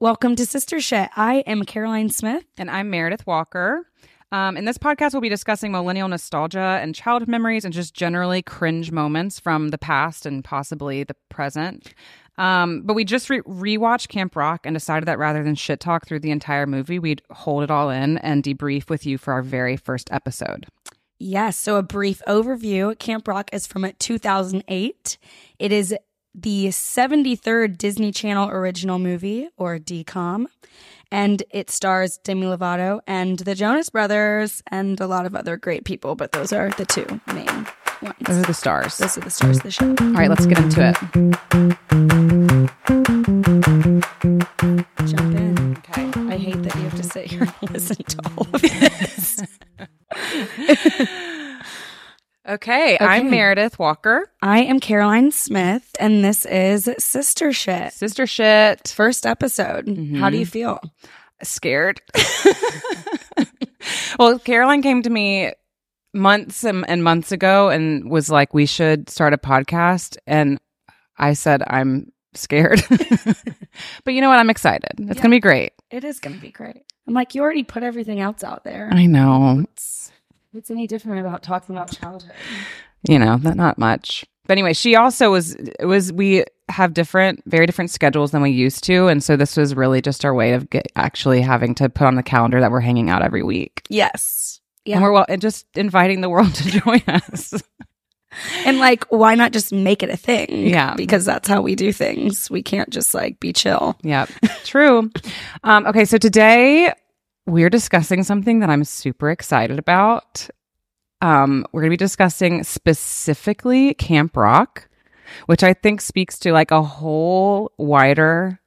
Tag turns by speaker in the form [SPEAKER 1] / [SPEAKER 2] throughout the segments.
[SPEAKER 1] Welcome to Sister Shit. I am Caroline Smith.
[SPEAKER 2] And I'm Meredith Walker. Um, in this podcast, we'll be discussing millennial nostalgia and childhood memories and just generally cringe moments from the past and possibly the present. Um, but we just re- rewatched Camp Rock and decided that rather than shit talk through the entire movie, we'd hold it all in and debrief with you for our very first episode.
[SPEAKER 1] Yes, so a brief overview. Camp Rock is from 2008. It is the 73rd Disney Channel original movie, or DCOM, and it stars Demi Lovato and the Jonas Brothers and a lot of other great people, but those are the two main ones.
[SPEAKER 2] Those are the stars.
[SPEAKER 1] Those are the stars of the show.
[SPEAKER 2] All right, let's get into it.
[SPEAKER 1] Jump in.
[SPEAKER 2] Okay.
[SPEAKER 1] I hate that you have to sit here and listen to all of this.
[SPEAKER 2] Okay,
[SPEAKER 1] Okay.
[SPEAKER 2] I'm Meredith Walker.
[SPEAKER 1] I am Caroline Smith, and this is Sister Shit.
[SPEAKER 2] Sister shit.
[SPEAKER 1] First episode. How do you feel?
[SPEAKER 2] scared. well, Caroline came to me months and, and months ago and was like, "We should start a podcast." And I said, "I'm scared," but you know what? I'm excited. It's gonna be great.
[SPEAKER 1] It is going to be great. I'm like, you already put everything else out there.
[SPEAKER 2] I know.
[SPEAKER 1] What's any different about talking about childhood?
[SPEAKER 2] you know, not, not much. But anyway, she also was it was we have different, very different schedules than we used to, and so this was really just our way of get, actually having to put on the calendar that we're hanging out every week.
[SPEAKER 1] Yes. Yeah.
[SPEAKER 2] And we're well, and just inviting the world to join us.
[SPEAKER 1] And like, why not just make it a thing?
[SPEAKER 2] Yeah.
[SPEAKER 1] Because that's how we do things. We can't just like be chill.
[SPEAKER 2] Yep. True. um, okay. So today we're discussing something that I'm super excited about. Um, we're going to be discussing specifically Camp Rock, which I think speaks to like a whole wider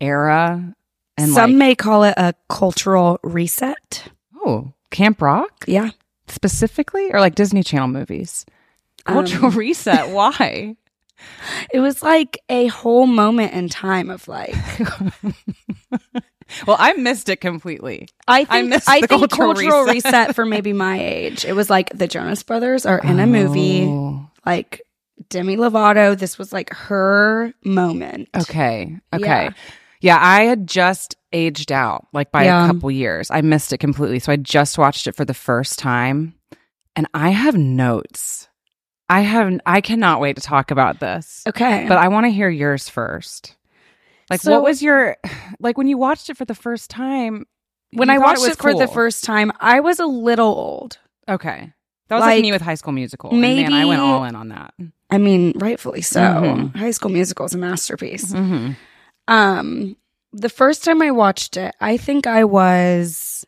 [SPEAKER 2] era. And
[SPEAKER 1] Some
[SPEAKER 2] like,
[SPEAKER 1] may call it a cultural reset.
[SPEAKER 2] oh, Camp Rock
[SPEAKER 1] Yeah.
[SPEAKER 2] specifically, or like Disney Channel movies.
[SPEAKER 1] Um,
[SPEAKER 2] Cultural reset. Why?
[SPEAKER 1] It was like a whole moment in time of like,
[SPEAKER 2] Well, I missed it completely.
[SPEAKER 1] I think,
[SPEAKER 2] I missed the
[SPEAKER 1] think
[SPEAKER 2] cultural reset.
[SPEAKER 1] for maybe my age. It was like the Jonas Brothers are in a movie,
[SPEAKER 2] Oh,
[SPEAKER 1] like Demi Lovato. This was like her moment.
[SPEAKER 2] Okay. Okay.
[SPEAKER 1] Yeah.
[SPEAKER 2] Yeah. I had just aged out like by
[SPEAKER 1] Yeah.
[SPEAKER 2] a couple years. I missed it completely. So I just watched it for the first time and I have notes. I have I cannot wait to talk about this.
[SPEAKER 1] Okay.
[SPEAKER 2] But I want to hear yours first. Like
[SPEAKER 1] So-
[SPEAKER 2] what was your like when you watched it for the first time?
[SPEAKER 1] when
[SPEAKER 2] you
[SPEAKER 1] I
[SPEAKER 2] thought
[SPEAKER 1] watched
[SPEAKER 2] was
[SPEAKER 1] it, for the
[SPEAKER 2] cool.
[SPEAKER 1] first time, I was a little old.
[SPEAKER 2] Okay. That was like,
[SPEAKER 1] Like,
[SPEAKER 2] me with High School Musical. And man, I
[SPEAKER 1] maybe-
[SPEAKER 2] went all in on that.
[SPEAKER 1] I mean, rightfully so.
[SPEAKER 2] Mhm.
[SPEAKER 1] High School Musical is a masterpiece.
[SPEAKER 2] Mm-hmm.
[SPEAKER 1] Um, the first time I watched it, I think I was,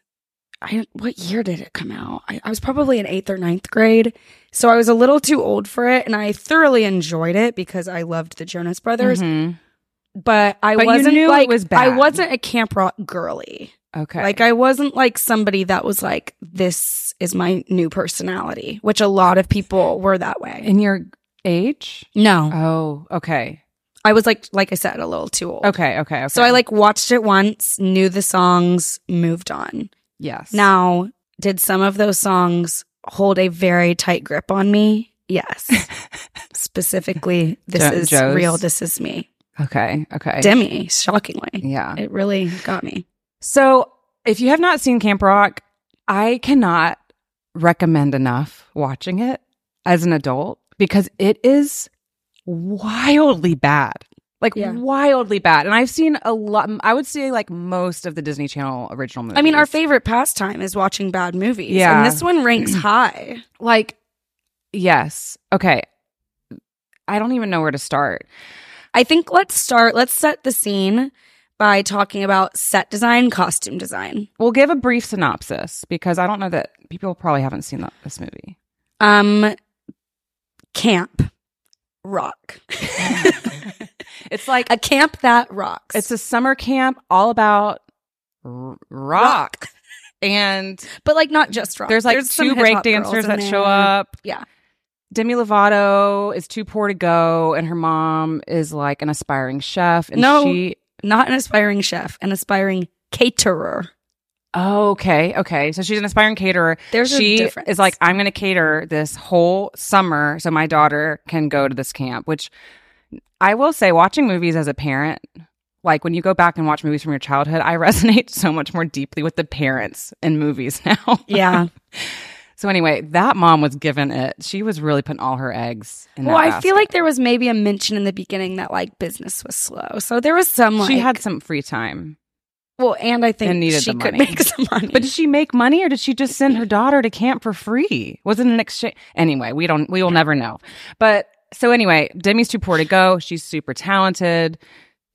[SPEAKER 1] I what year did it come out? I, I was probably in eighth or ninth grade, so I was a little too old for it, and I thoroughly enjoyed it because I loved the Jonas Brothers. But I
[SPEAKER 2] Mm-hmm. But you
[SPEAKER 1] wasn't
[SPEAKER 2] knew it
[SPEAKER 1] like
[SPEAKER 2] was
[SPEAKER 1] I
[SPEAKER 2] bad.
[SPEAKER 1] wasn't a camp rock girly.
[SPEAKER 2] Okay.
[SPEAKER 1] Like I wasn't like somebody that was like, this is my new personality, which a lot of people were that way.
[SPEAKER 2] in your age?
[SPEAKER 1] No,
[SPEAKER 2] Oh, okay.
[SPEAKER 1] I was like, like I said, a little too old.
[SPEAKER 2] Okay, okay, okay.
[SPEAKER 1] So I like watched it once, knew the songs, moved on.
[SPEAKER 2] yes.
[SPEAKER 1] Now, did some of those songs hold a very tight grip on me? Yes. Specifically, this
[SPEAKER 2] Jo-
[SPEAKER 1] is
[SPEAKER 2] Joe's?
[SPEAKER 1] real. This is me.
[SPEAKER 2] Okay. Okay.
[SPEAKER 1] Demi, shockingly.
[SPEAKER 2] yeah.
[SPEAKER 1] It really got me.
[SPEAKER 2] So if you have not seen Camp Rock, I cannot recommend enough watching it as an adult because it is wildly bad. Like
[SPEAKER 1] Yeah.
[SPEAKER 2] wildly bad. And I've seen a lot I would say like most of the Disney Channel original movies.
[SPEAKER 1] I mean, our favorite pastime is watching bad movies.
[SPEAKER 2] Yeah.
[SPEAKER 1] And this one ranks high.
[SPEAKER 2] like yes. Okay. I don't even know where to start.
[SPEAKER 1] I think let's start, let's set the scene by talking about set design, costume design.
[SPEAKER 2] We'll give a brief synopsis because I don't know that people probably haven't seen that, this movie.
[SPEAKER 1] Um, camp rock.
[SPEAKER 2] it's like
[SPEAKER 1] a camp that rocks.
[SPEAKER 2] it's a summer camp all about r- rock. and
[SPEAKER 1] but like not just rock.
[SPEAKER 2] there's like
[SPEAKER 1] some
[SPEAKER 2] two
[SPEAKER 1] hip-hop
[SPEAKER 2] break
[SPEAKER 1] girls
[SPEAKER 2] dancers
[SPEAKER 1] in
[SPEAKER 2] that
[SPEAKER 1] there.
[SPEAKER 2] show up
[SPEAKER 1] Yeah.
[SPEAKER 2] demi lovato is too poor to go and her mom is like an aspiring chef and
[SPEAKER 1] No.
[SPEAKER 2] she
[SPEAKER 1] Not an aspiring chef, an aspiring caterer.
[SPEAKER 2] oh, okay okay so she's an aspiring caterer
[SPEAKER 1] There's a
[SPEAKER 2] she
[SPEAKER 1] difference.
[SPEAKER 2] is like i'm gonna cater this whole summer so my daughter can go to this camp which i will say watching movies as a parent like when you go back and watch movies from your childhood, I resonate so much more deeply with the parents in movies now.
[SPEAKER 1] Yeah.
[SPEAKER 2] so anyway, that mom was given it. She was really putting all her eggs in
[SPEAKER 1] Well,
[SPEAKER 2] that
[SPEAKER 1] I feel
[SPEAKER 2] basket.
[SPEAKER 1] like there was maybe a mention in the beginning that like business was slow. So there was some like
[SPEAKER 2] she had some free time.
[SPEAKER 1] well, and I think
[SPEAKER 2] and needed
[SPEAKER 1] she
[SPEAKER 2] the
[SPEAKER 1] could
[SPEAKER 2] money.
[SPEAKER 1] make some money.
[SPEAKER 2] But did she make money or did she just send her daughter to camp for free? Was it an exchange? Anyway, we don't, we will never know. But so anyway, Demi's too poor to go. She's super talented.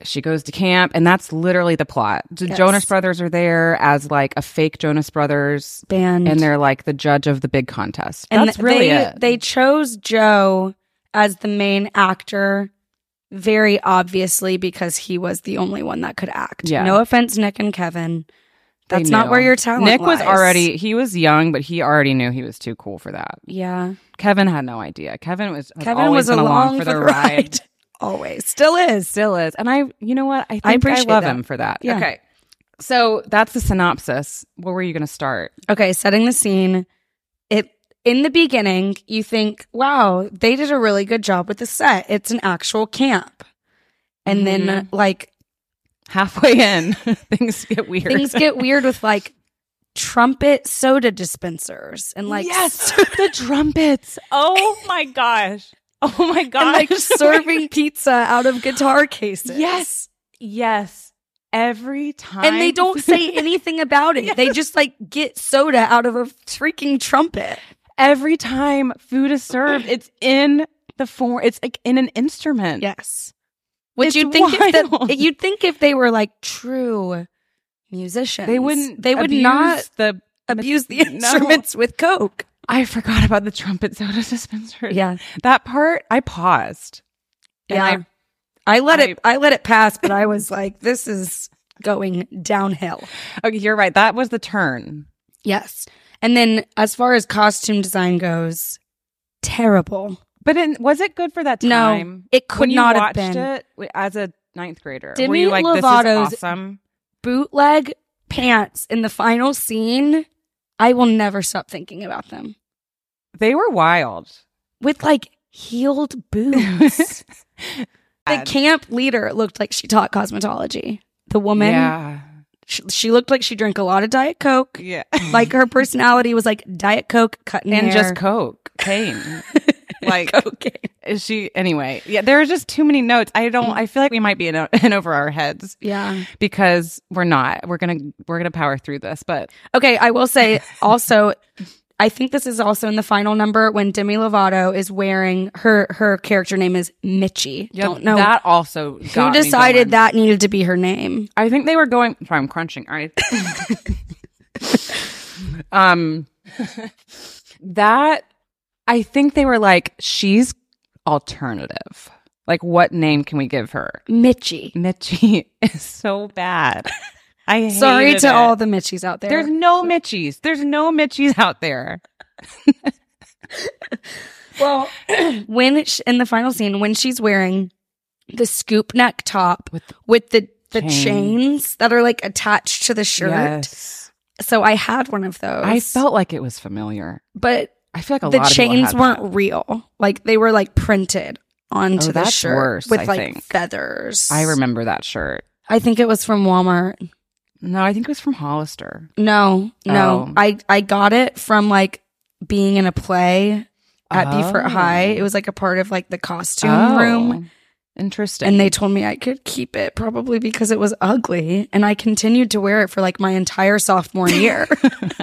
[SPEAKER 2] She goes to camp and that's literally the plot. The
[SPEAKER 1] Yes.
[SPEAKER 2] Jonas Brothers are there as like a fake Jonas Brothers
[SPEAKER 1] band
[SPEAKER 2] and they're like the judge of the big contest.
[SPEAKER 1] Mm-hmm. And
[SPEAKER 2] that's really
[SPEAKER 1] they,
[SPEAKER 2] it.
[SPEAKER 1] They chose Joe as the main actor very obviously because he was the only one that could act.
[SPEAKER 2] Yeah.
[SPEAKER 1] No offense, Nick and Kevin.
[SPEAKER 2] They
[SPEAKER 1] That's not
[SPEAKER 2] knew.
[SPEAKER 1] where your talent
[SPEAKER 2] Nick was
[SPEAKER 1] lies.
[SPEAKER 2] already, he was young, but he already knew he was too cool for that.
[SPEAKER 1] Yeah.
[SPEAKER 2] Kevin had no idea. Kevin was, has
[SPEAKER 1] Kevin was
[SPEAKER 2] always been
[SPEAKER 1] along,
[SPEAKER 2] for the ride.
[SPEAKER 1] Always. Still is.
[SPEAKER 2] still is. And I, you know what? I think I,
[SPEAKER 1] appreciate
[SPEAKER 2] love
[SPEAKER 1] that.
[SPEAKER 2] him for that.
[SPEAKER 1] Yeah.
[SPEAKER 2] Okay. So that's the synopsis. Where were you going to start?
[SPEAKER 1] Okay, setting the scene. It in the beginning, you think, wow, they did a really good job with the set. It's an actual camp. And then
[SPEAKER 2] Mm-hmm.
[SPEAKER 1] like
[SPEAKER 2] Halfway in, things get weird.
[SPEAKER 1] things get weird with like trumpet soda dispensers and like
[SPEAKER 2] yes, the trumpets. Oh my gosh. Oh my
[SPEAKER 1] and
[SPEAKER 2] gosh.
[SPEAKER 1] like serving pizza out of guitar cases.
[SPEAKER 2] Yes. yes. Every time.
[SPEAKER 1] And they don't say anything about it. They just like get soda out of a freaking trumpet.
[SPEAKER 2] Every time food is served, it's in the form, it's like in an instrument.
[SPEAKER 1] Yes. Which
[SPEAKER 2] It's
[SPEAKER 1] you'd think if
[SPEAKER 2] wild.
[SPEAKER 1] the, you'd think if they were like true musicians,
[SPEAKER 2] They wouldn't,
[SPEAKER 1] They would
[SPEAKER 2] abuse
[SPEAKER 1] not
[SPEAKER 2] the.
[SPEAKER 1] abuse the
[SPEAKER 2] No.
[SPEAKER 1] instruments with coke.
[SPEAKER 2] I forgot about the trumpet soda dispenser.
[SPEAKER 1] Yeah,
[SPEAKER 2] That part, I paused. And
[SPEAKER 1] yeah.
[SPEAKER 2] I-
[SPEAKER 1] I, let
[SPEAKER 2] I-
[SPEAKER 1] it. I let it pass, but I was like, this is going downhill.
[SPEAKER 2] Okay, you're right. That was the turn.
[SPEAKER 1] Yes. And then as far as costume design goes, terrible.
[SPEAKER 2] But in, was it good for that
[SPEAKER 1] No,
[SPEAKER 2] time?
[SPEAKER 1] it could
[SPEAKER 2] When you
[SPEAKER 1] not have
[SPEAKER 2] watched
[SPEAKER 1] been.
[SPEAKER 2] It w- as a ninth grader, were
[SPEAKER 1] Demi
[SPEAKER 2] you like,
[SPEAKER 1] Lovato's-
[SPEAKER 2] "This is awesome"?
[SPEAKER 1] Bootleg pants in the final scene. I will never stop thinking about them.
[SPEAKER 2] They were wild.
[SPEAKER 1] With like heeled boots. the
[SPEAKER 2] Bad.
[SPEAKER 1] camp leader looked like she taught cosmetology. The woman,
[SPEAKER 2] yeah,
[SPEAKER 1] sh- she looked like she drank a lot of Diet Coke.
[SPEAKER 2] yeah,
[SPEAKER 1] Like her personality was like Diet Coke, cutting
[SPEAKER 2] and
[SPEAKER 1] hair,
[SPEAKER 2] just Coke, Kane. like,
[SPEAKER 1] cocaine.
[SPEAKER 2] is she anyway? Yeah, there are just too many notes. I don't. I feel like we might be in, o- in over our heads
[SPEAKER 1] Yeah.
[SPEAKER 2] because we're not. We're gonna we're gonna power through this. But
[SPEAKER 1] Okay, I will say also, I think this is also in the final number when Demi Lovato is wearing her her character name is Mitchie.
[SPEAKER 2] yeah,
[SPEAKER 1] Don't know
[SPEAKER 2] that also
[SPEAKER 1] who
[SPEAKER 2] got me
[SPEAKER 1] decided
[SPEAKER 2] going.
[SPEAKER 1] that needed to be her name.
[SPEAKER 2] I think they were going. Sorry, I'm crunching. All right. um, that I think they were like, she's alternative. Like, what name can we give her?
[SPEAKER 1] Mitchie.
[SPEAKER 2] Mitchie is so bad. I
[SPEAKER 1] Sorry
[SPEAKER 2] hated
[SPEAKER 1] to
[SPEAKER 2] it.
[SPEAKER 1] all the Mitchies out there.
[SPEAKER 2] There's no Mitchies. There's no Mitchies out there.
[SPEAKER 1] well, when sh in the final scene when she's wearing the scoop neck top with
[SPEAKER 2] With
[SPEAKER 1] the, the
[SPEAKER 2] the chain.
[SPEAKER 1] chains that are like attached to the shirt.
[SPEAKER 2] Yes.
[SPEAKER 1] So I had one of those.
[SPEAKER 2] I felt like it was familiar.
[SPEAKER 1] but
[SPEAKER 2] I feel like a
[SPEAKER 1] the
[SPEAKER 2] lot of people
[SPEAKER 1] chains
[SPEAKER 2] had
[SPEAKER 1] weren't
[SPEAKER 2] that.
[SPEAKER 1] real. Like they were like printed onto
[SPEAKER 2] Oh,
[SPEAKER 1] the
[SPEAKER 2] that's
[SPEAKER 1] shirt
[SPEAKER 2] worse,
[SPEAKER 1] with
[SPEAKER 2] I
[SPEAKER 1] like
[SPEAKER 2] think.
[SPEAKER 1] feathers.
[SPEAKER 2] I remember that shirt.
[SPEAKER 1] I think it was from Walmart.
[SPEAKER 2] No, I think it was from Hollister.
[SPEAKER 1] No, no.
[SPEAKER 2] Oh.
[SPEAKER 1] I I got it from like being in a play at Beaufort
[SPEAKER 2] Oh.
[SPEAKER 1] High. It was like a part of like the costume room.
[SPEAKER 2] Oh. Interesting.
[SPEAKER 1] And they told me I could keep it probably because it was ugly. And I continued to wear it for like my entire sophomore year.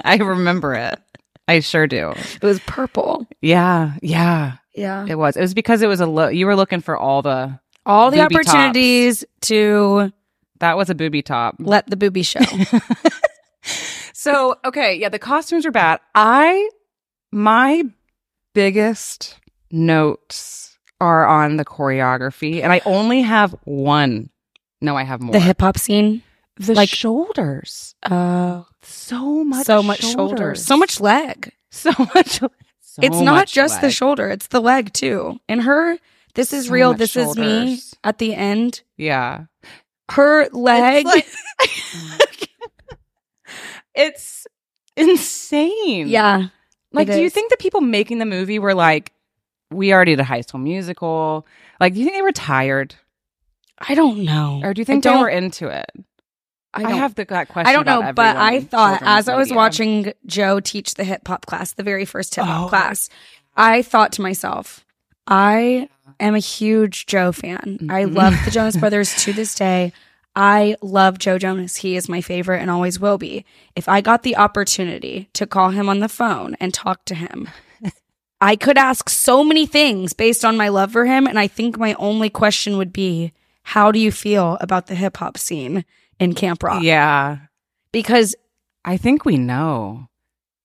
[SPEAKER 2] I remember it. I sure do.
[SPEAKER 1] it was purple.
[SPEAKER 2] Yeah, yeah.
[SPEAKER 1] Yeah.
[SPEAKER 2] It was. It was because it was a low. You were looking for all the.
[SPEAKER 1] All the
[SPEAKER 2] Booby tops.
[SPEAKER 1] opportunities to
[SPEAKER 2] That was a booby top.
[SPEAKER 1] let the booby show.
[SPEAKER 2] So okay, yeah. The costumes are bad. I my biggest notes are on the choreography, and I only have one. No, I have more.
[SPEAKER 1] the hip hop scene.
[SPEAKER 2] the
[SPEAKER 1] like-
[SPEAKER 2] shoulders.
[SPEAKER 1] Oh.
[SPEAKER 2] So much.
[SPEAKER 1] so much shoulders, so much leg.
[SPEAKER 2] So much. so
[SPEAKER 1] it's not
[SPEAKER 2] much
[SPEAKER 1] just the
[SPEAKER 2] leg.
[SPEAKER 1] shoulder; it's the leg too. And her, this is
[SPEAKER 2] So
[SPEAKER 1] real.
[SPEAKER 2] much
[SPEAKER 1] This is me.
[SPEAKER 2] shoulders.
[SPEAKER 1] At the end,
[SPEAKER 2] Yeah.
[SPEAKER 1] her leg.
[SPEAKER 2] it's insane.
[SPEAKER 1] yeah,
[SPEAKER 2] Like,
[SPEAKER 1] it
[SPEAKER 2] do you
[SPEAKER 1] is.
[SPEAKER 2] think the people making the movie were like, we already did a high school musical? Like, do you think they were tired?
[SPEAKER 1] I don't know.
[SPEAKER 2] Or do you think
[SPEAKER 1] I
[SPEAKER 2] they
[SPEAKER 1] don't-
[SPEAKER 2] were into it?
[SPEAKER 1] I
[SPEAKER 2] I,
[SPEAKER 1] don't
[SPEAKER 2] have the that question.
[SPEAKER 1] I don't
[SPEAKER 2] about
[SPEAKER 1] know, but I
[SPEAKER 2] everyone's
[SPEAKER 1] thought
[SPEAKER 2] children's
[SPEAKER 1] as I was
[SPEAKER 2] media.
[SPEAKER 1] watching Joe teach the hip hop class, the very first hip hop
[SPEAKER 2] Oh.
[SPEAKER 1] class, I thought to myself, I am a huge Joe fan. I
[SPEAKER 2] Mhm.
[SPEAKER 1] love the Jonas Brothers to this day. I love Joe Jonas. He is my favorite and always will be. If I got the opportunity to call him on the phone and talk to him, I could ask so many things based on my love for him. And I think my only question would be, how do you feel about the hip hop scene in Camp Rock?
[SPEAKER 2] Yeah,
[SPEAKER 1] Because
[SPEAKER 2] I think we know.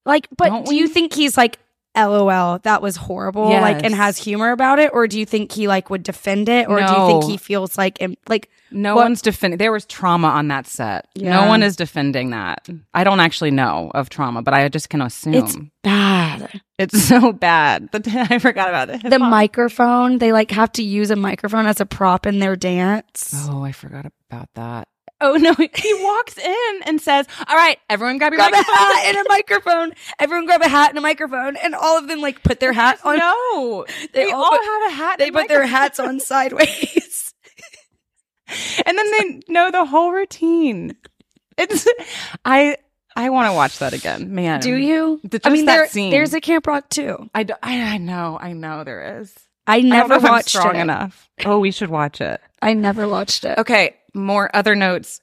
[SPEAKER 1] Like, but
[SPEAKER 2] Don't
[SPEAKER 1] do you
[SPEAKER 2] we?
[SPEAKER 1] think he's like, LOL, that was horrible, like, and
[SPEAKER 2] Yes.
[SPEAKER 1] has humor about it? Or do you think he like would defend it? Or do you think
[SPEAKER 2] No.
[SPEAKER 1] he feels like, im- like,
[SPEAKER 2] No
[SPEAKER 1] What-
[SPEAKER 2] one's defending. There was trauma on that set.
[SPEAKER 1] Yeah.
[SPEAKER 2] No one is defending that. I don't actually know of trauma, but I just can assume
[SPEAKER 1] It's-
[SPEAKER 2] it's,
[SPEAKER 1] bad.
[SPEAKER 2] so bad. The I forgot about it.
[SPEAKER 1] The microphone, they like have to use a microphone as a prop in their dance.
[SPEAKER 2] Oh, I forgot about that. Oh no, he walks in and says, "All right, everyone, grab your
[SPEAKER 1] Grab a
[SPEAKER 2] microphone."
[SPEAKER 1] hat and a microphone. Everyone grab a hat and a microphone. And all of them like put their hat on.
[SPEAKER 2] No,
[SPEAKER 1] Oh, They
[SPEAKER 2] they,
[SPEAKER 1] all
[SPEAKER 2] all,
[SPEAKER 1] put-
[SPEAKER 2] have a hat.
[SPEAKER 1] They
[SPEAKER 2] and
[SPEAKER 1] put their
[SPEAKER 2] microphone.
[SPEAKER 1] hats on sideways.
[SPEAKER 2] and then they know the whole routine. It's I I want to watch that again, man.
[SPEAKER 1] do you?
[SPEAKER 2] The-
[SPEAKER 1] I
[SPEAKER 2] just
[SPEAKER 1] mean,
[SPEAKER 2] that
[SPEAKER 1] there,
[SPEAKER 2] scene.
[SPEAKER 1] there's a Camp Rock too.
[SPEAKER 2] I, d- I I know I know there is.
[SPEAKER 1] I
[SPEAKER 2] I don't know
[SPEAKER 1] never
[SPEAKER 2] if I'm
[SPEAKER 1] watched
[SPEAKER 2] strong
[SPEAKER 1] it.
[SPEAKER 2] enough. Oh, we should watch it.
[SPEAKER 1] I never watched it.
[SPEAKER 2] Okay, more other notes.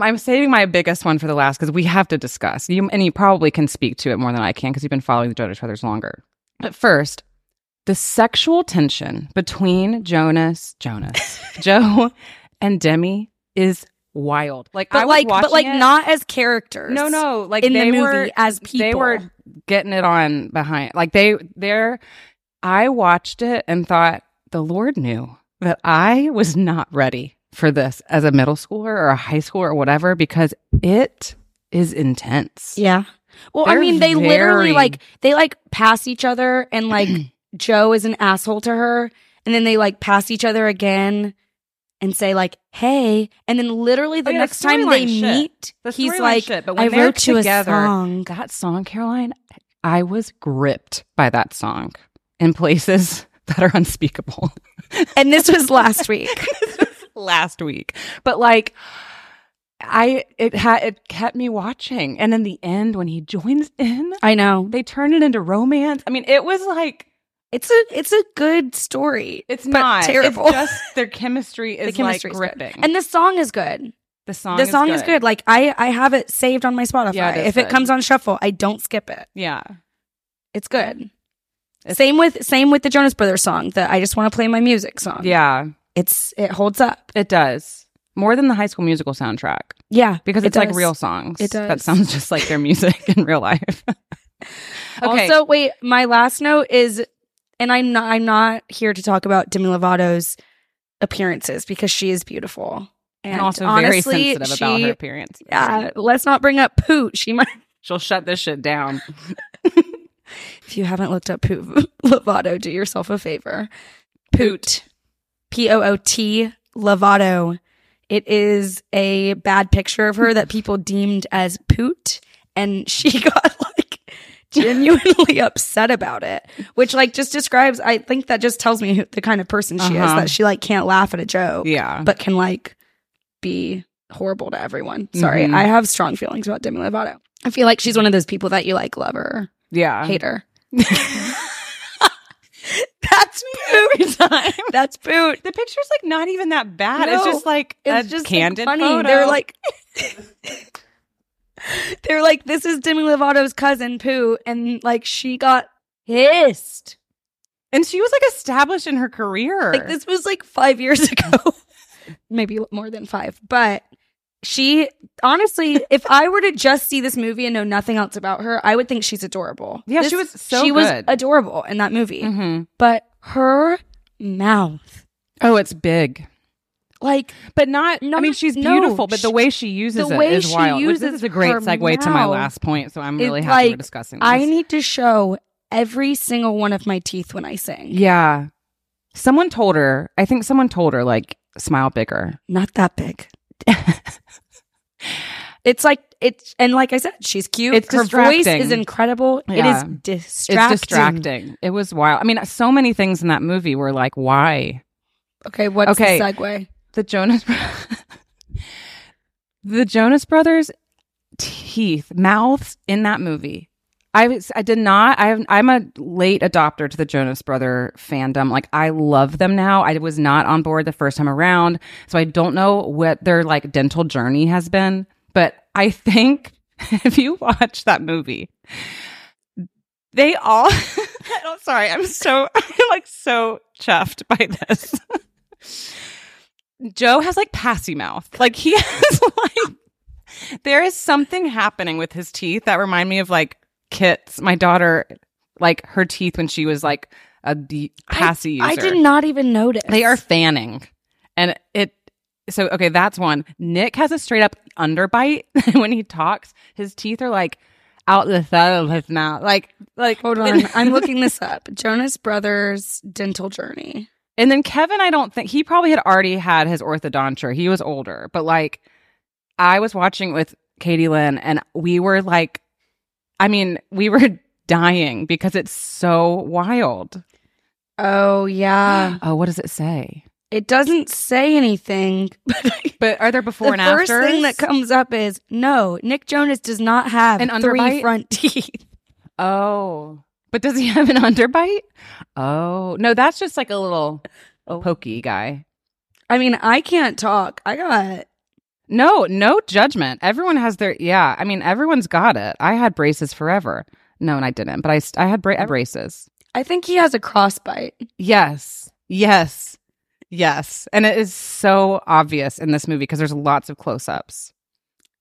[SPEAKER 2] I'm saving my biggest one for the last because we have to discuss. You and you probably can speak to it more than I can because you've been following the Jonas Brothers longer. But first, the sexual tension between Jonas, Jonas, Joe, and Demi is wild. Like I
[SPEAKER 1] But
[SPEAKER 2] was
[SPEAKER 1] like, but
[SPEAKER 2] watching
[SPEAKER 1] like,
[SPEAKER 2] it-
[SPEAKER 1] not as characters.
[SPEAKER 2] No, no. Like
[SPEAKER 1] in the
[SPEAKER 2] they
[SPEAKER 1] movie
[SPEAKER 2] were,
[SPEAKER 1] as people.
[SPEAKER 2] They were getting it on behind. Like they they're I watched it and thought the Lord knew that I was not ready for this as a middle schooler or a high schooler or whatever because it is intense.
[SPEAKER 1] Yeah. Well, I
[SPEAKER 2] They're
[SPEAKER 1] mean, they literally
[SPEAKER 2] very-
[SPEAKER 1] like they like pass each other, and like Joe is an asshole to her, and then they like pass each other again and say like, "Hey," and then literally the
[SPEAKER 2] Oh, yeah, the
[SPEAKER 1] next time they
[SPEAKER 2] storyline shit.
[SPEAKER 1] meet,
[SPEAKER 2] The
[SPEAKER 1] he's
[SPEAKER 2] storyline
[SPEAKER 1] like,
[SPEAKER 2] shit, but
[SPEAKER 1] "I
[SPEAKER 2] when they're
[SPEAKER 1] wrote you a
[SPEAKER 2] together-
[SPEAKER 1] song."
[SPEAKER 2] That song, Caroline, I was gripped by that song in places that are unspeakable.
[SPEAKER 1] and this was last week.
[SPEAKER 2] last week. But like I it had it kept me watching. And in the end when he joins in,
[SPEAKER 1] I know
[SPEAKER 2] they turn it into romance. I mean, it was like
[SPEAKER 1] it's a it's a good story,
[SPEAKER 2] it's
[SPEAKER 1] But
[SPEAKER 2] not
[SPEAKER 1] terrible.
[SPEAKER 2] It's just their chemistry
[SPEAKER 1] The
[SPEAKER 2] is
[SPEAKER 1] chemistry's
[SPEAKER 2] like
[SPEAKER 1] good.
[SPEAKER 2] gripping.
[SPEAKER 1] and the song is good.
[SPEAKER 2] the song
[SPEAKER 1] the song is good. Like I I have it saved on my Spotify.
[SPEAKER 2] Yeah, it is
[SPEAKER 1] if it
[SPEAKER 2] good.
[SPEAKER 1] comes on shuffle, I don't skip it.
[SPEAKER 2] Yeah.
[SPEAKER 1] It's good.
[SPEAKER 2] It's-
[SPEAKER 1] same with same with the Jonas Brothers song, the I just want to play my music song.
[SPEAKER 2] Yeah.
[SPEAKER 1] It's it holds up.
[SPEAKER 2] It does. More than the high school musical soundtrack.
[SPEAKER 1] Yeah.
[SPEAKER 2] Because
[SPEAKER 1] it
[SPEAKER 2] it's like
[SPEAKER 1] does.
[SPEAKER 2] real songs.
[SPEAKER 1] It
[SPEAKER 2] That
[SPEAKER 1] does.
[SPEAKER 2] sounds just like their music in real life. okay.
[SPEAKER 1] Also, wait, my last note is and I'm not I'm not here to talk about Demi Lovato's appearances because she is beautiful.
[SPEAKER 2] and also very sensitive about her appearance.
[SPEAKER 1] Yeah, let's not bring up Poot. She might
[SPEAKER 2] She'll shut this shit down.
[SPEAKER 1] if you haven't looked up Poot Lovato, do yourself a favor. Poot. P O O T Lovato. It is a bad picture of her that people deemed as poot and she got like genuinely upset about it, which like just describes I think that just tells me who, the kind of person she is
[SPEAKER 2] Uh-huh.
[SPEAKER 1] that she like can't laugh at a joke
[SPEAKER 2] Yeah.
[SPEAKER 1] but can like be horrible to everyone. Sorry.
[SPEAKER 2] Mhm.
[SPEAKER 1] I have strong feelings about Demi Lovato. I feel like she's one of those people that you like love her,
[SPEAKER 2] Yeah.
[SPEAKER 1] hate her. That's
[SPEAKER 2] every
[SPEAKER 1] boot.
[SPEAKER 2] time.
[SPEAKER 1] That's boot.
[SPEAKER 2] The picture's like not even that bad.
[SPEAKER 1] No,
[SPEAKER 2] it's just like
[SPEAKER 1] It's
[SPEAKER 2] a
[SPEAKER 1] just like,
[SPEAKER 2] candid
[SPEAKER 1] funny.
[SPEAKER 2] photo.
[SPEAKER 1] They're like They're like this is Demi Lovato's cousin Pooh and like she got pissed.
[SPEAKER 2] and she was like established in her career.
[SPEAKER 1] Like this was like 5 years ago. Maybe more than 5, but she honestly, if I were to just see this movie and know nothing else about her, I would think she's adorable.
[SPEAKER 2] Yeah, she
[SPEAKER 1] This-
[SPEAKER 2] was so
[SPEAKER 1] she was
[SPEAKER 2] good.
[SPEAKER 1] adorable in that movie.
[SPEAKER 2] Mhm.
[SPEAKER 1] But her mouth,
[SPEAKER 2] Oh, it's big,
[SPEAKER 1] like
[SPEAKER 2] but not.
[SPEAKER 1] No,
[SPEAKER 2] I mean, she's
[SPEAKER 1] no,
[SPEAKER 2] beautiful, but the
[SPEAKER 1] she-
[SPEAKER 2] way she uses
[SPEAKER 1] the
[SPEAKER 2] it
[SPEAKER 1] way
[SPEAKER 2] is
[SPEAKER 1] she
[SPEAKER 2] wild. which
[SPEAKER 1] uses
[SPEAKER 2] this is a great
[SPEAKER 1] her
[SPEAKER 2] segue to my
[SPEAKER 1] mouth
[SPEAKER 2] last point. So I'm
[SPEAKER 1] is
[SPEAKER 2] really happy
[SPEAKER 1] like,
[SPEAKER 2] we're discussing this.
[SPEAKER 1] I need to show every single one of my teeth when I sing.
[SPEAKER 2] yeah, someone told her. I think someone told her like smile bigger.
[SPEAKER 1] Not that big. it's like it's and like I said, she's cute.
[SPEAKER 2] It's
[SPEAKER 1] Her voice
[SPEAKER 2] distracting.
[SPEAKER 1] is incredible.
[SPEAKER 2] Yeah.
[SPEAKER 1] It is distracting.
[SPEAKER 2] It's distracting. It was wild. I mean, so many things in that movie were like, why?
[SPEAKER 1] Okay, what's
[SPEAKER 2] Okay.
[SPEAKER 1] the segue?
[SPEAKER 2] the Jonas the Jonas Brothers teeth mouths in that movie. I was, I did not. I I'm a late adopter to the Jonas Brother fandom. Like I love them now. I was not on board the first time around, so I don't know what their like dental journey has been. But I think if you watch that movie, they all. I'm sorry, I'm so I'm like so chuffed by this. Joe has like passy mouth. Like he has like there is something happening with his teeth that remind me of like Kit's my daughter, like her teeth when she was like a de- passy
[SPEAKER 1] I, I
[SPEAKER 2] user.
[SPEAKER 1] did not even notice.
[SPEAKER 2] They are fanning, and it. So okay, that's one. Nick has a straight up underbite when he talks. His teeth are like out the side of his mouth, like like.
[SPEAKER 1] Hold on, I'm looking this up. Jonas Brothers dental journey.
[SPEAKER 2] And then Kevin, I don't think he probably had already had his orthodonture. He was older, but like I was watching with Katie Lynn and we were like, I mean, we were dying because it's so wild.
[SPEAKER 1] Oh yeah,
[SPEAKER 2] Oh, what does it say?
[SPEAKER 1] it doesn't say anything. But I-
[SPEAKER 2] But are there before
[SPEAKER 1] the
[SPEAKER 2] and
[SPEAKER 1] first
[SPEAKER 2] after?
[SPEAKER 1] thing that comes up is no. Nick Jonas does not have
[SPEAKER 2] An
[SPEAKER 1] three
[SPEAKER 2] underbite?
[SPEAKER 1] front teeth.
[SPEAKER 2] oh, but does he have an underbite? Oh, no, that's just like a little pokey guy.
[SPEAKER 1] Oh. I mean, I can't talk. I got
[SPEAKER 2] No, no judgment. Everyone has their yeah. I mean, everyone's got it. I had braces forever. No, and I didn't, but I st- I had bra- braces.
[SPEAKER 1] I think he has a crossbite.
[SPEAKER 2] Yes, yes, yes, and it is so obvious in this movie because there's lots of close-ups.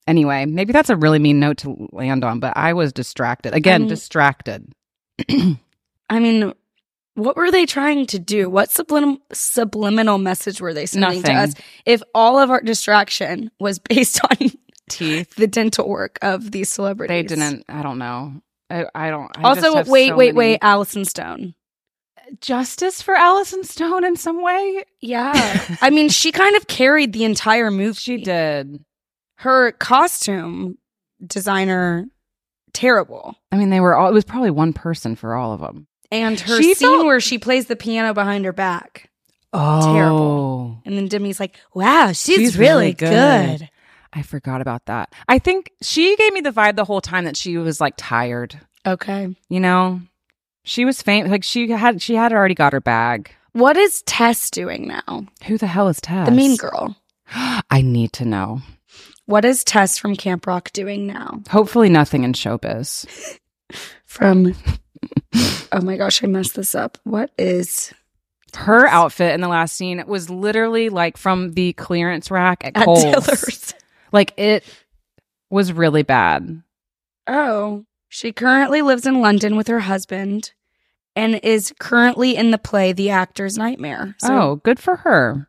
[SPEAKER 2] Anyway, maybe that's a really mean note to land on, but I was distracted again.
[SPEAKER 1] mean-
[SPEAKER 2] distracted.
[SPEAKER 1] I mean, what were they trying to do? What sublim- subliminal message were they sending
[SPEAKER 2] Nothing.
[SPEAKER 1] to us? If all of our distraction was based on
[SPEAKER 2] Teeth.
[SPEAKER 1] the dental work of these celebrities,
[SPEAKER 2] They didn't. I don't know. I, I don't. I just
[SPEAKER 1] also,
[SPEAKER 2] have
[SPEAKER 1] wait,
[SPEAKER 2] so
[SPEAKER 1] wait,
[SPEAKER 2] many-
[SPEAKER 1] wait, Allison Stone.
[SPEAKER 2] Justice for Allison Stone in some way.
[SPEAKER 1] Yeah, I mean, she kind of carried the entire movie.
[SPEAKER 2] She did.
[SPEAKER 1] Her costume designer, terrible.
[SPEAKER 2] I mean, they were all. It was probably one person for all of them.
[SPEAKER 1] And her
[SPEAKER 2] She
[SPEAKER 1] scene
[SPEAKER 2] felt-
[SPEAKER 1] where she plays the piano behind her back.
[SPEAKER 2] Oh,
[SPEAKER 1] Terrible. And then Demi's like, wow, she's,
[SPEAKER 2] She's
[SPEAKER 1] really,
[SPEAKER 2] really good.
[SPEAKER 1] good.
[SPEAKER 2] I forgot about that. I think she gave me the vibe the whole time that she was like tired.
[SPEAKER 1] Okay.
[SPEAKER 2] You know, she was faint. Like she had, she had already got her bag.
[SPEAKER 1] What is Tess doing now?
[SPEAKER 2] Who the hell is Tess?
[SPEAKER 1] The mean girl.
[SPEAKER 2] I need to know.
[SPEAKER 1] What is Tess from Camp Rock doing now?
[SPEAKER 2] Hopefully, nothing in showbiz.
[SPEAKER 1] From Oh my gosh, I messed this up. What is
[SPEAKER 2] Her outfit in the last scene was literally like from the clearance rack at,
[SPEAKER 1] at
[SPEAKER 2] Kohl's.
[SPEAKER 1] Taylor's?
[SPEAKER 2] Like it was really bad.
[SPEAKER 1] Oh. She currently lives in London with her husband and is currently in the play The Actor's Nightmare. So
[SPEAKER 2] oh, good for her.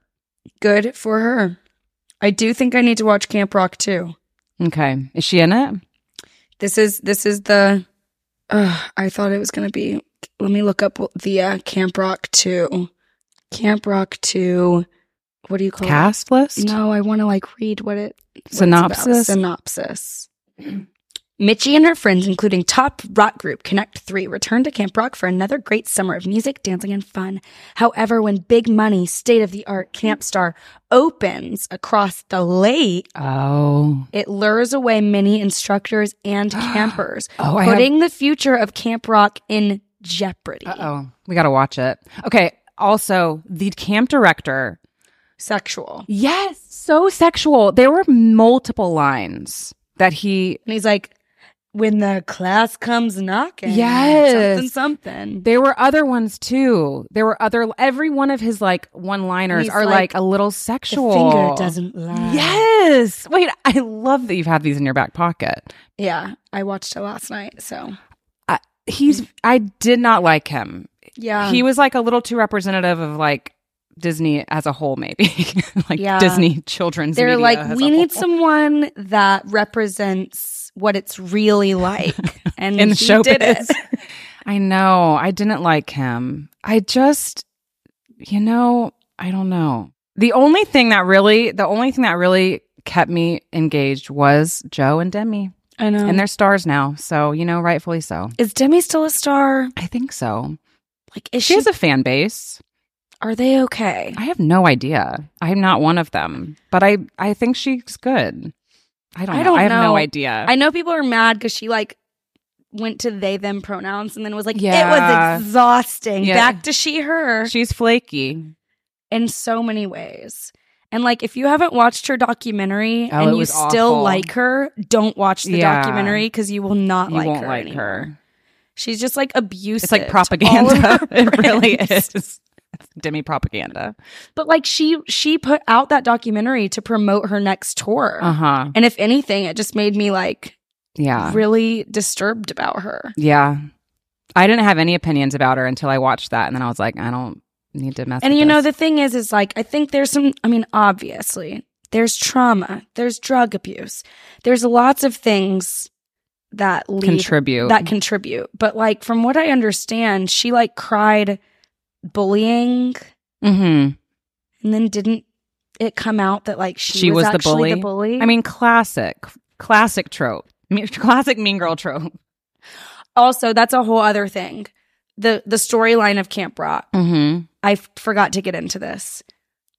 [SPEAKER 1] good for her. I do think I need to watch Camp Rock too.
[SPEAKER 2] Okay, is she in it?
[SPEAKER 1] This is this is the Ugh, I thought it was going to be let me look up the uh, Camp Rock 2. Camp Rock 2 What do you call it?
[SPEAKER 2] Cast list,
[SPEAKER 1] No, I want to like read what it what it's about.
[SPEAKER 2] synopsis.
[SPEAKER 1] Synopsis. Mitchie and her friends, including top rock group Connect Three, return to Camp Rock for another great summer of music, dancing, and fun. However, when big money, state of the art Camp Star opens across the lake,
[SPEAKER 2] oh,
[SPEAKER 1] it lures away many instructors and campers,
[SPEAKER 2] oh, I have-
[SPEAKER 1] putting the future of Camp Rock in jeopardy.
[SPEAKER 2] Uh oh, we got to watch it. Okay. Also, the camp director.
[SPEAKER 1] Sexual.
[SPEAKER 2] Yes, so sexual. There were multiple lines that he.
[SPEAKER 1] And he's like, when the class comes knocking,
[SPEAKER 2] Yes.
[SPEAKER 1] something, something.
[SPEAKER 2] There were other ones too. There were other. Every one of his like one liners
[SPEAKER 1] He's
[SPEAKER 2] are
[SPEAKER 1] like,
[SPEAKER 2] like, a little
[SPEAKER 1] The
[SPEAKER 2] sexual.
[SPEAKER 1] finger doesn't lie.
[SPEAKER 2] Yes. Wait, I love that you've had these in your back pocket.
[SPEAKER 1] Yeah, I watched it last night. So
[SPEAKER 2] He's. I did not like him.
[SPEAKER 1] yeah,
[SPEAKER 2] he was like a little too representative of like Disney as a whole, maybe like
[SPEAKER 1] Yeah.
[SPEAKER 2] Disney children's.
[SPEAKER 1] they're
[SPEAKER 2] media
[SPEAKER 1] like,
[SPEAKER 2] as
[SPEAKER 1] we
[SPEAKER 2] a
[SPEAKER 1] need
[SPEAKER 2] whole."
[SPEAKER 1] someone that represents what it's really like, and
[SPEAKER 2] in
[SPEAKER 1] he
[SPEAKER 2] showbiz.
[SPEAKER 1] did it.
[SPEAKER 2] I know. I didn't like him. I just, you know, I don't know. The only thing that really, the only thing that really kept me engaged was Joe and Demi,
[SPEAKER 1] I know.
[SPEAKER 2] and they're stars now. So you know, rightfully so.
[SPEAKER 1] is Demi still a star?
[SPEAKER 2] I think so.
[SPEAKER 1] Like, is
[SPEAKER 2] She
[SPEAKER 1] she?
[SPEAKER 2] has a fan base.
[SPEAKER 1] Are they okay?
[SPEAKER 2] I have no idea. I'm not one of them, but I I think she's good. I don't.
[SPEAKER 1] I
[SPEAKER 2] know.
[SPEAKER 1] don't
[SPEAKER 2] I have
[SPEAKER 1] know.
[SPEAKER 2] no idea.
[SPEAKER 1] I know people are mad because she like went to they them pronouns and then was like,
[SPEAKER 2] Yeah.
[SPEAKER 1] it was exhausting.
[SPEAKER 2] Yeah.
[SPEAKER 1] Back to she her
[SPEAKER 2] she's flaky.
[SPEAKER 1] in so many ways. And like, if you haven't watched her documentary
[SPEAKER 2] Oh, it
[SPEAKER 1] and you
[SPEAKER 2] was
[SPEAKER 1] still
[SPEAKER 2] awful.
[SPEAKER 1] like her, don't watch the
[SPEAKER 2] Yeah.
[SPEAKER 1] documentary because you will not
[SPEAKER 2] you
[SPEAKER 1] like
[SPEAKER 2] won't
[SPEAKER 1] her.
[SPEAKER 2] like
[SPEAKER 1] anymore.
[SPEAKER 2] her.
[SPEAKER 1] She's just like abusive.
[SPEAKER 2] It's
[SPEAKER 1] to
[SPEAKER 2] like
[SPEAKER 1] all of her
[SPEAKER 2] propaganda. it really
[SPEAKER 1] friends.
[SPEAKER 2] is. It's demi propaganda.
[SPEAKER 1] But like, she she put out that documentary to promote her next tour.
[SPEAKER 2] Uh huh.
[SPEAKER 1] And if anything, it just made me like
[SPEAKER 2] Yeah.
[SPEAKER 1] really disturbed about her.
[SPEAKER 2] Yeah. I didn't have any opinions about her until I watched that, and then I was like, I don't need to mess.
[SPEAKER 1] And
[SPEAKER 2] with
[SPEAKER 1] you know,
[SPEAKER 2] this.
[SPEAKER 1] the thing is, is like, I think there's some, I mean, obviously, there's trauma, there's drug abuse, there's lots of things that lead
[SPEAKER 2] contribute.
[SPEAKER 1] that contribute. But like, from what I understand, she like cried bullying
[SPEAKER 2] hmm
[SPEAKER 1] and then didn't it come out that like she,
[SPEAKER 2] She
[SPEAKER 1] was,
[SPEAKER 2] was the
[SPEAKER 1] actually the
[SPEAKER 2] bully?
[SPEAKER 1] bully?
[SPEAKER 2] I mean, classic, classic trope, Me- classic mean girl trope.
[SPEAKER 1] also, that's a whole other thing. The, the storyline of Camp Rock.
[SPEAKER 2] Mm-hmm.
[SPEAKER 1] I f- forgot to get into this.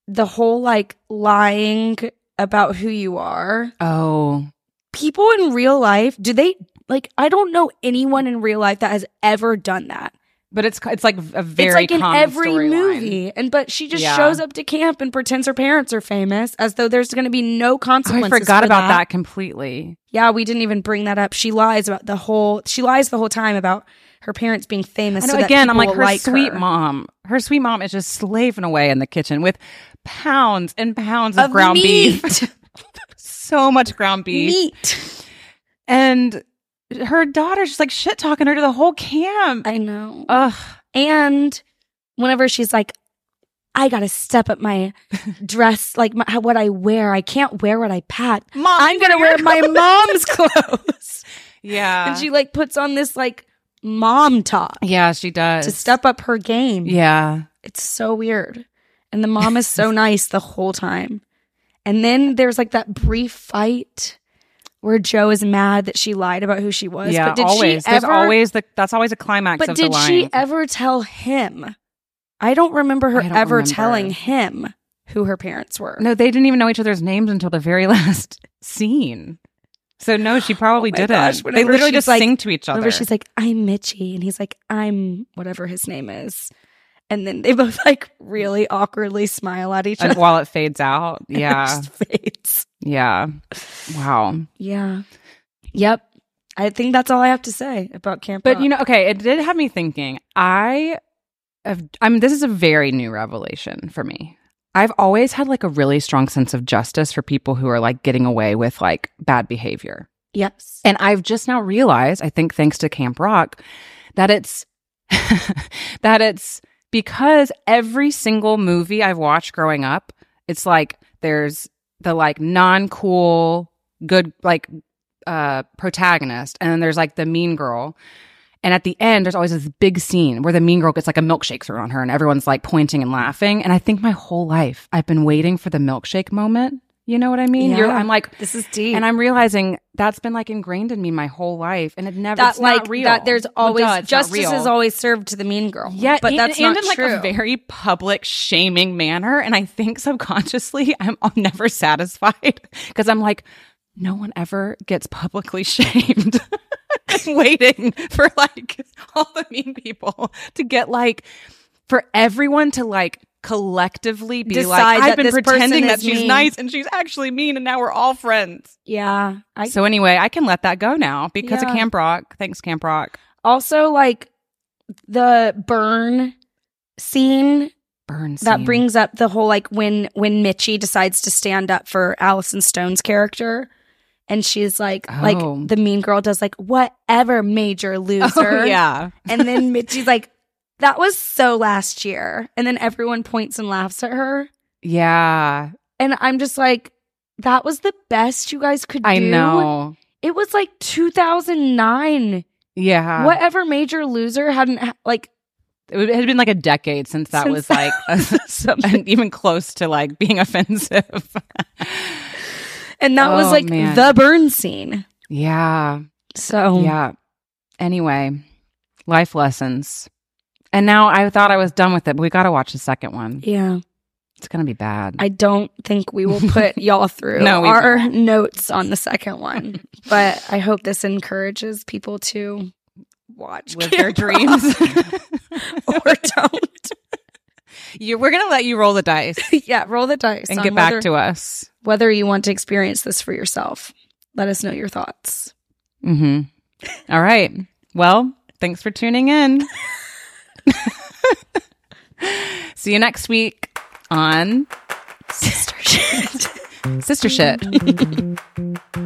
[SPEAKER 1] The whole like lying about who you are.
[SPEAKER 2] Oh,
[SPEAKER 1] People in real life, do they like I don't know anyone in real life that has ever done that.
[SPEAKER 2] but it's it's like a very
[SPEAKER 1] it's like in
[SPEAKER 2] common
[SPEAKER 1] every
[SPEAKER 2] storyline.
[SPEAKER 1] movie. And but she just
[SPEAKER 2] Yeah.
[SPEAKER 1] shows up to camp and pretends her parents are famous as though there's going to be no
[SPEAKER 2] Oh, I
[SPEAKER 1] consequences.
[SPEAKER 2] forgot
[SPEAKER 1] for
[SPEAKER 2] about that completely.
[SPEAKER 1] Yeah, we didn't even bring that up. She lies about the whole she lies the whole time about her parents being famous.
[SPEAKER 2] I know,
[SPEAKER 1] so that
[SPEAKER 2] again, I'm
[SPEAKER 1] people
[SPEAKER 2] like
[SPEAKER 1] will
[SPEAKER 2] her sweet
[SPEAKER 1] her.
[SPEAKER 2] mom. Her sweet mom is just slaving away in the kitchen with pounds and pounds of, ground beef.
[SPEAKER 1] meat.
[SPEAKER 2] So much ground beef.
[SPEAKER 1] meat.
[SPEAKER 2] And her daughter's just like shit talking her to the whole camp.
[SPEAKER 1] I know.
[SPEAKER 2] Ugh.
[SPEAKER 1] And whenever she's like, I gotta step up my dress, like my, how- what I wear. I can't wear what I pack.
[SPEAKER 2] Mom,
[SPEAKER 1] I'm gonna wear my mom's clothes.
[SPEAKER 2] Yeah.
[SPEAKER 1] And she like puts on this like mom top
[SPEAKER 2] yeah, she does.
[SPEAKER 1] to step up her game.
[SPEAKER 2] Yeah.
[SPEAKER 1] It's so weird. And the mom is so nice the whole time. And then there's like that brief fight where Joe is mad that she lied about who she was.
[SPEAKER 2] yeah.
[SPEAKER 1] but did
[SPEAKER 2] always.
[SPEAKER 1] she
[SPEAKER 2] There's
[SPEAKER 1] ever
[SPEAKER 2] always the that's always a climax
[SPEAKER 1] But
[SPEAKER 2] of
[SPEAKER 1] did
[SPEAKER 2] the line.
[SPEAKER 1] she ever tell him? I don't remember her
[SPEAKER 2] I don't
[SPEAKER 1] ever
[SPEAKER 2] remember.
[SPEAKER 1] telling him who her parents were.
[SPEAKER 2] No, they didn't even know each other's names until the very last scene. So no, she probably
[SPEAKER 1] Oh my
[SPEAKER 2] didn't.
[SPEAKER 1] gosh,
[SPEAKER 2] they
[SPEAKER 1] whenever
[SPEAKER 2] literally
[SPEAKER 1] she's
[SPEAKER 2] just
[SPEAKER 1] like-
[SPEAKER 2] sing to each other.
[SPEAKER 1] Remember, she's like, "I'm Mitchie," and he's like, "I'm whatever his name is," and then they both like really awkwardly smile at each
[SPEAKER 2] and
[SPEAKER 1] other.
[SPEAKER 2] while it fades out.
[SPEAKER 1] and it
[SPEAKER 2] Yeah.
[SPEAKER 1] just fades.
[SPEAKER 2] yeah. Wow.
[SPEAKER 1] Yeah. Yep. I think that's all I have to say about Camp.
[SPEAKER 2] But
[SPEAKER 1] Rock.
[SPEAKER 2] you know, okay, it did have me thinking. I have I mean, this is a very new revelation for me. I've always had like a really strong sense of justice for people who are like getting away with like bad behavior.
[SPEAKER 1] yes,
[SPEAKER 2] And I've just now realized, I think thanks to Camp Rock, that it's that it's because every single movie I've watched growing up, it's like there's the like non-cool good like uh protagonist and then there's like the mean girl. And at the end there's always this big scene where the mean girl gets like a milkshake thrown on her and everyone's like pointing and laughing and I think my whole life I've been waiting for the milkshake moment. You know what I mean? You're,
[SPEAKER 1] Yeah.
[SPEAKER 2] I'm like
[SPEAKER 1] this is deep.
[SPEAKER 2] and I'm realizing that's been like ingrained in me my whole life, and it never
[SPEAKER 1] that
[SPEAKER 2] it's
[SPEAKER 1] like
[SPEAKER 2] not real.
[SPEAKER 1] that there's
[SPEAKER 2] Well,
[SPEAKER 1] always
[SPEAKER 2] duh, it's not
[SPEAKER 1] justice
[SPEAKER 2] real.
[SPEAKER 1] is always served to the mean girl.
[SPEAKER 2] yeah,
[SPEAKER 1] but
[SPEAKER 2] and-
[SPEAKER 1] that's
[SPEAKER 2] and
[SPEAKER 1] not
[SPEAKER 2] in like
[SPEAKER 1] true.
[SPEAKER 2] a very public shaming manner, and I think subconsciously I'm, I'm never satisfied because I'm like, no one ever gets publicly shamed. I'm waiting for like all the mean people to get like for everyone to like collectively be
[SPEAKER 1] Decide
[SPEAKER 2] like
[SPEAKER 1] that
[SPEAKER 2] I've been
[SPEAKER 1] this person
[SPEAKER 2] pretending that
[SPEAKER 1] is
[SPEAKER 2] she's
[SPEAKER 1] mean.
[SPEAKER 2] nice and she's actually mean and now we're all friends.
[SPEAKER 1] yeah, I
[SPEAKER 2] So anyway, I can let that go now because
[SPEAKER 1] Yeah.
[SPEAKER 2] of Camp Rock. Thanks, Camp Rock.
[SPEAKER 1] also like the burn scene
[SPEAKER 2] Burns
[SPEAKER 1] that brings up the whole like when when Mitchie decides to stand up for Allison Stone's character and she's like
[SPEAKER 2] Oh.
[SPEAKER 1] like the mean girl does like whatever major loser
[SPEAKER 2] Oh, yeah,
[SPEAKER 1] and then Mitchie's like that was so last year and then everyone points and laughs at her
[SPEAKER 2] yeah.
[SPEAKER 1] and I'm just like that was the best you guys could
[SPEAKER 2] I
[SPEAKER 1] do
[SPEAKER 2] know.
[SPEAKER 1] it was like 2009
[SPEAKER 2] Yeah,
[SPEAKER 1] whatever major loser hadn't ha- like
[SPEAKER 2] It would- it had been like a decade since that
[SPEAKER 1] Since
[SPEAKER 2] was like a, some- and even close to like being offensive.
[SPEAKER 1] And that was
[SPEAKER 2] Oh,
[SPEAKER 1] like
[SPEAKER 2] man.
[SPEAKER 1] the burn scene.
[SPEAKER 2] yeah,
[SPEAKER 1] So
[SPEAKER 2] yeah. Anyway, life lessons. And now I thought I was done with it, but we got to watch the second one.
[SPEAKER 1] Yeah.
[SPEAKER 2] It's going to be bad.
[SPEAKER 1] I don't think we will put y'all through
[SPEAKER 2] No, we
[SPEAKER 1] our notes on the second one, but I hope this encourages people to watch
[SPEAKER 2] Live their
[SPEAKER 1] Camp
[SPEAKER 2] dreams.
[SPEAKER 1] Rock or don't.
[SPEAKER 2] you, we're going to let you roll the dice
[SPEAKER 1] yeah, roll the dice
[SPEAKER 2] and
[SPEAKER 1] on
[SPEAKER 2] get
[SPEAKER 1] whether-
[SPEAKER 2] back to us.
[SPEAKER 1] whether you want to experience this for yourself. Let us know your thoughts.
[SPEAKER 2] hmm All right. Well, thanks for tuning in. See you next week on
[SPEAKER 1] Sister shit.
[SPEAKER 2] Sister Shit.